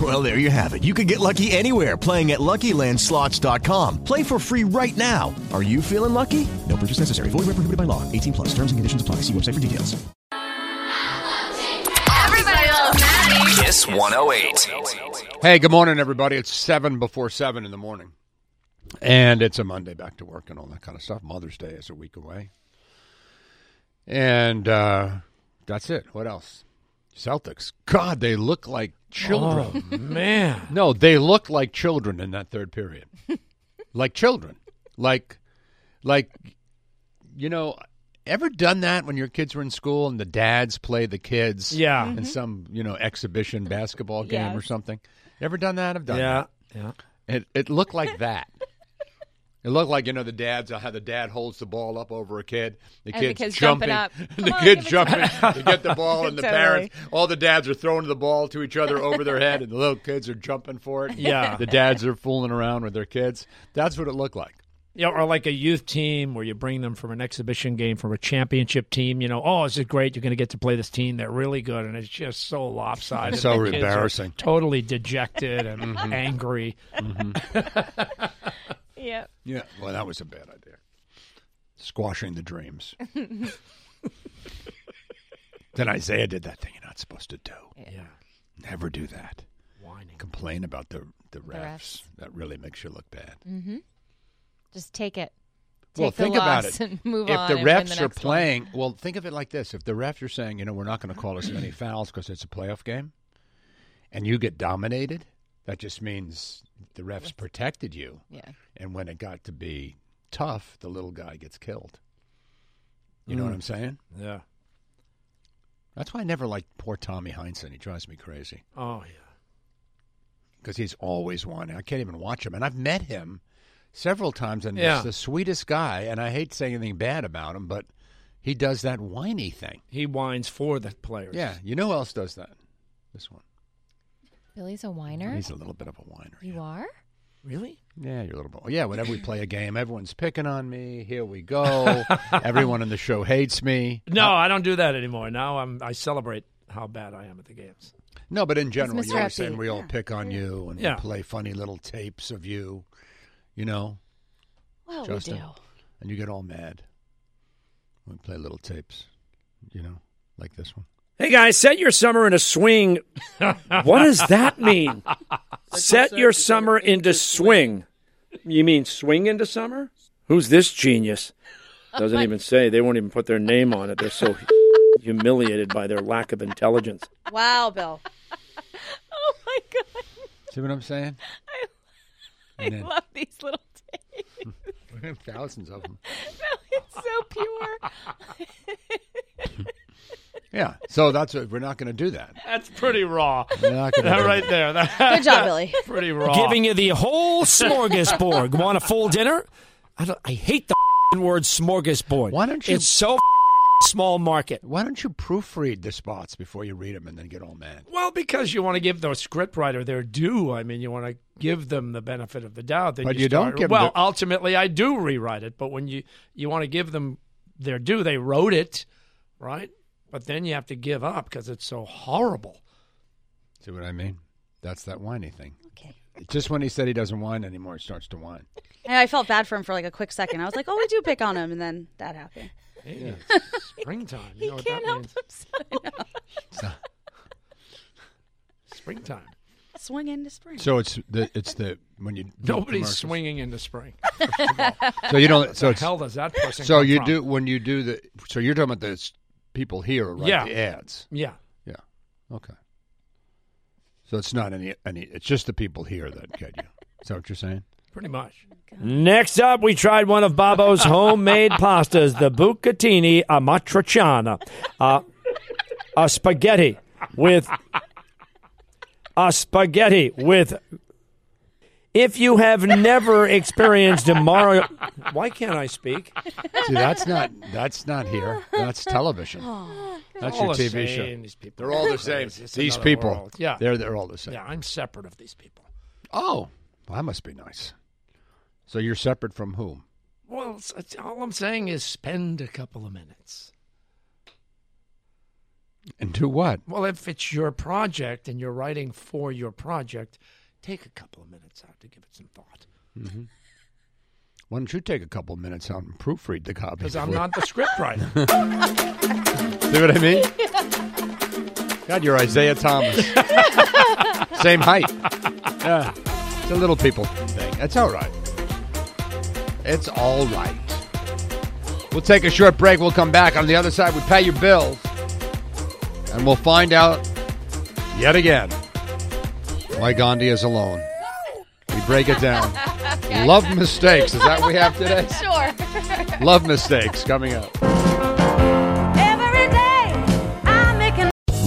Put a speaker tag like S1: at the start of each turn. S1: Well, there you have it. You can get lucky anywhere playing at LuckyLandSlots.com. Play for free right now. Are you feeling lucky? No purchase necessary. Void where prohibited by law. 18 plus. Terms and conditions apply. See website for details.
S2: Everybody loves Maddie.
S3: Kiss 108.
S4: Hey, good morning, everybody. It's seven before seven in the morning, and it's a Monday back to work and all that kind of stuff. Mother's Day is a week away, and uh, that's it. What else? Celtics. God, they look like children.
S5: Oh, Man.
S4: No, they look like children in that third period, like children, like, like, you know. Ever done that when your kids were in school and the dads play the kids?
S5: Yeah.
S4: in
S6: Mm-hmm.
S4: some you know exhibition basketball game or something. Ever done that? I've done.
S5: Yeah. Yeah.
S4: That. It it looked like that. It looked like you know the dads how the dad holds the ball up over a kid, the
S6: And the
S4: kids,
S6: kids
S4: jumping,
S6: jumping up.
S4: the
S6: Come on,
S4: kids
S6: give it to
S4: jumping to get the ball, and the
S6: Totally.
S4: parents, all the dads are throwing the ball to each other over their head, and the little kids are jumping for it.
S5: Yeah.
S4: the dads are fooling around with their kids. That's what it looked like.
S5: Yeah, or like a youth team where you bring them from an exhibition game from a championship team, you know, oh, this is great. You're going to get to play this team. They're really good. And it's just so lopsided.
S4: So
S5: The kids are
S4: embarrassing. Mm-hmm.
S5: Totally dejected and angry.
S6: Yep.
S4: Yeah, well, that was a bad idea. Squashing the dreams. then Isaiah did that thing you're not supposed to do.
S5: Yeah.
S4: Never do that.
S5: Whining.
S4: Complain about the the refs.
S6: refs.
S4: That really makes you look bad.
S6: Just take it.
S4: well,
S6: Take the
S4: think about it.
S6: loss and move
S4: if
S6: on
S4: the
S6: and win
S4: refs
S6: the
S4: are
S6: next one.
S4: playing, well, think of it like this: if the refs are saying, you know, we're not going to call as many fouls because it's a playoff game, and you get dominated, that just means the refs protected you.
S6: Yeah.
S4: And when it got to be tough, the little guy gets killed. You
S6: Mm.
S4: know what I'm saying?
S5: Yeah.
S4: That's why I never liked poor Tommy Heinsohn. He drives me crazy
S5: Oh, yeah.
S4: because he's always wanting. I can't even watch him. And I've met him several times, and
S5: Yeah.
S4: he's the sweetest guy. And I hate saying anything bad about him, but he does that whiny thing.
S5: He whines for the players.
S4: Yeah, you know who else does that? This one.
S6: Billy's a whiner.
S4: He's a little bit of a whiner.
S6: You are?
S5: Really?
S4: Yeah, you're a little bit. Yeah, whenever we play a game, everyone's picking on me. Here we go. Everyone in the show hates me. Uh,
S5: No, I don't do that anymore. Now I'm I celebrate how bad I am at the games.
S4: No, but in general,
S6: It's
S4: you're
S6: Mr.
S4: saying
S6: Upbeat.
S4: we all pick on you and
S5: Yeah.
S4: we play funny little tapes of you, you know,
S6: Well,
S4: Justin.
S6: we do.
S4: and you get all mad. We play little tapes, you know, like this one.
S7: Hey guys, set your summer into swing. What does that mean? set your summer into swing. You mean swing into summer? Who's this genius? Doesn't even say. They won't even put their name on it. They're so humiliated by their lack of intelligence.
S6: Wow, Bill. oh my god.
S4: See what I'm saying?
S6: I
S4: And then-
S6: love these little tapes.
S4: Thousands of them.
S6: It's so pure.
S4: Yeah. So that's what, we're not going to do that.
S5: That's pretty raw.
S4: We're not going to.
S5: That right there. That-
S8: Good job, Billy.
S5: pretty raw.
S7: Giving you the whole smorgasbord. Want a full dinner? I, don't, I hate the word smorgasbord.
S4: Why don't you-
S7: It's so small market.
S4: Why don't you proofread the spots before you read them and then get all mad?
S5: Well, because you want to give the scriptwriter their due. I mean, you want to give them the benefit of the doubt. Then
S4: But
S5: you,
S4: you don't
S5: start-
S4: give 'em
S5: Well,
S4: the-
S5: ultimately, I do rewrite it. But when you you want to give them their due, they wrote it, right? But then you have to give up because it's so horrible.
S4: See what I mean? That's that whiny thing.
S9: Okay.
S4: Just when he said he doesn't whine anymore, he starts to whine.
S10: And I felt bad for him for like a quick second. I was like, oh, we do pick on him. And then that happened.
S5: Hey, it's springtime. You
S6: He
S5: know what
S6: can't
S5: that
S6: help
S5: means.
S6: himself.
S5: Springtime.
S10: Swing into spring.
S4: So it's the it's the when you do
S5: Nobody's
S4: commercials.
S5: swinging in the spring.
S4: So you don't. So it's
S5: Hell, does that person?
S4: So
S5: come
S4: you
S5: from?
S4: do when you do the. So you're talking about the s- people here, right?
S5: Yeah.
S4: The ads.
S5: Yeah.
S4: Yeah. Okay. So it's not any any. It's just the people here that get you. Is that what you're saying?
S5: Pretty much.
S7: Next up, we tried one of Babbo's homemade pastas, the bucatini amatriciana, uh, a spaghetti with a spaghetti with. If you have never experienced a Mario, why can't I speak?
S4: See, that's not that's not here. That's television. That's
S5: all
S4: your
S5: the
S4: TV
S5: same.
S4: show.
S5: These people
S4: They're
S5: are
S4: all the same.
S5: crazy. It's
S4: these
S5: another
S4: people.
S5: world. Yeah.
S4: They're they're all the same.
S5: Yeah, I'm separate of these people.
S4: Oh, well, that must be nice. So you're separate from whom?
S5: Well, it's, it's, all I'm saying is spend a couple of minutes.
S4: And to what?
S5: Well, if it's your project and you're writing for your project, take a couple of minutes out to give it some thought.
S4: hmm Why don't you take a couple minutes out and proofread the copy?
S5: Because I'm
S4: before-
S5: not the script writer.
S4: See what I mean? God, you're Isaiah Thomas. Same height. Yeah. It's a little people thing. That's all right. It's all right. We'll take a short break. We'll come back. On the other side, we pay your bills. And we'll find out yet again why Gandhi is alone. We break it down. Love mistakes. Is that what we have today?
S6: sure.
S4: Love mistakes coming up.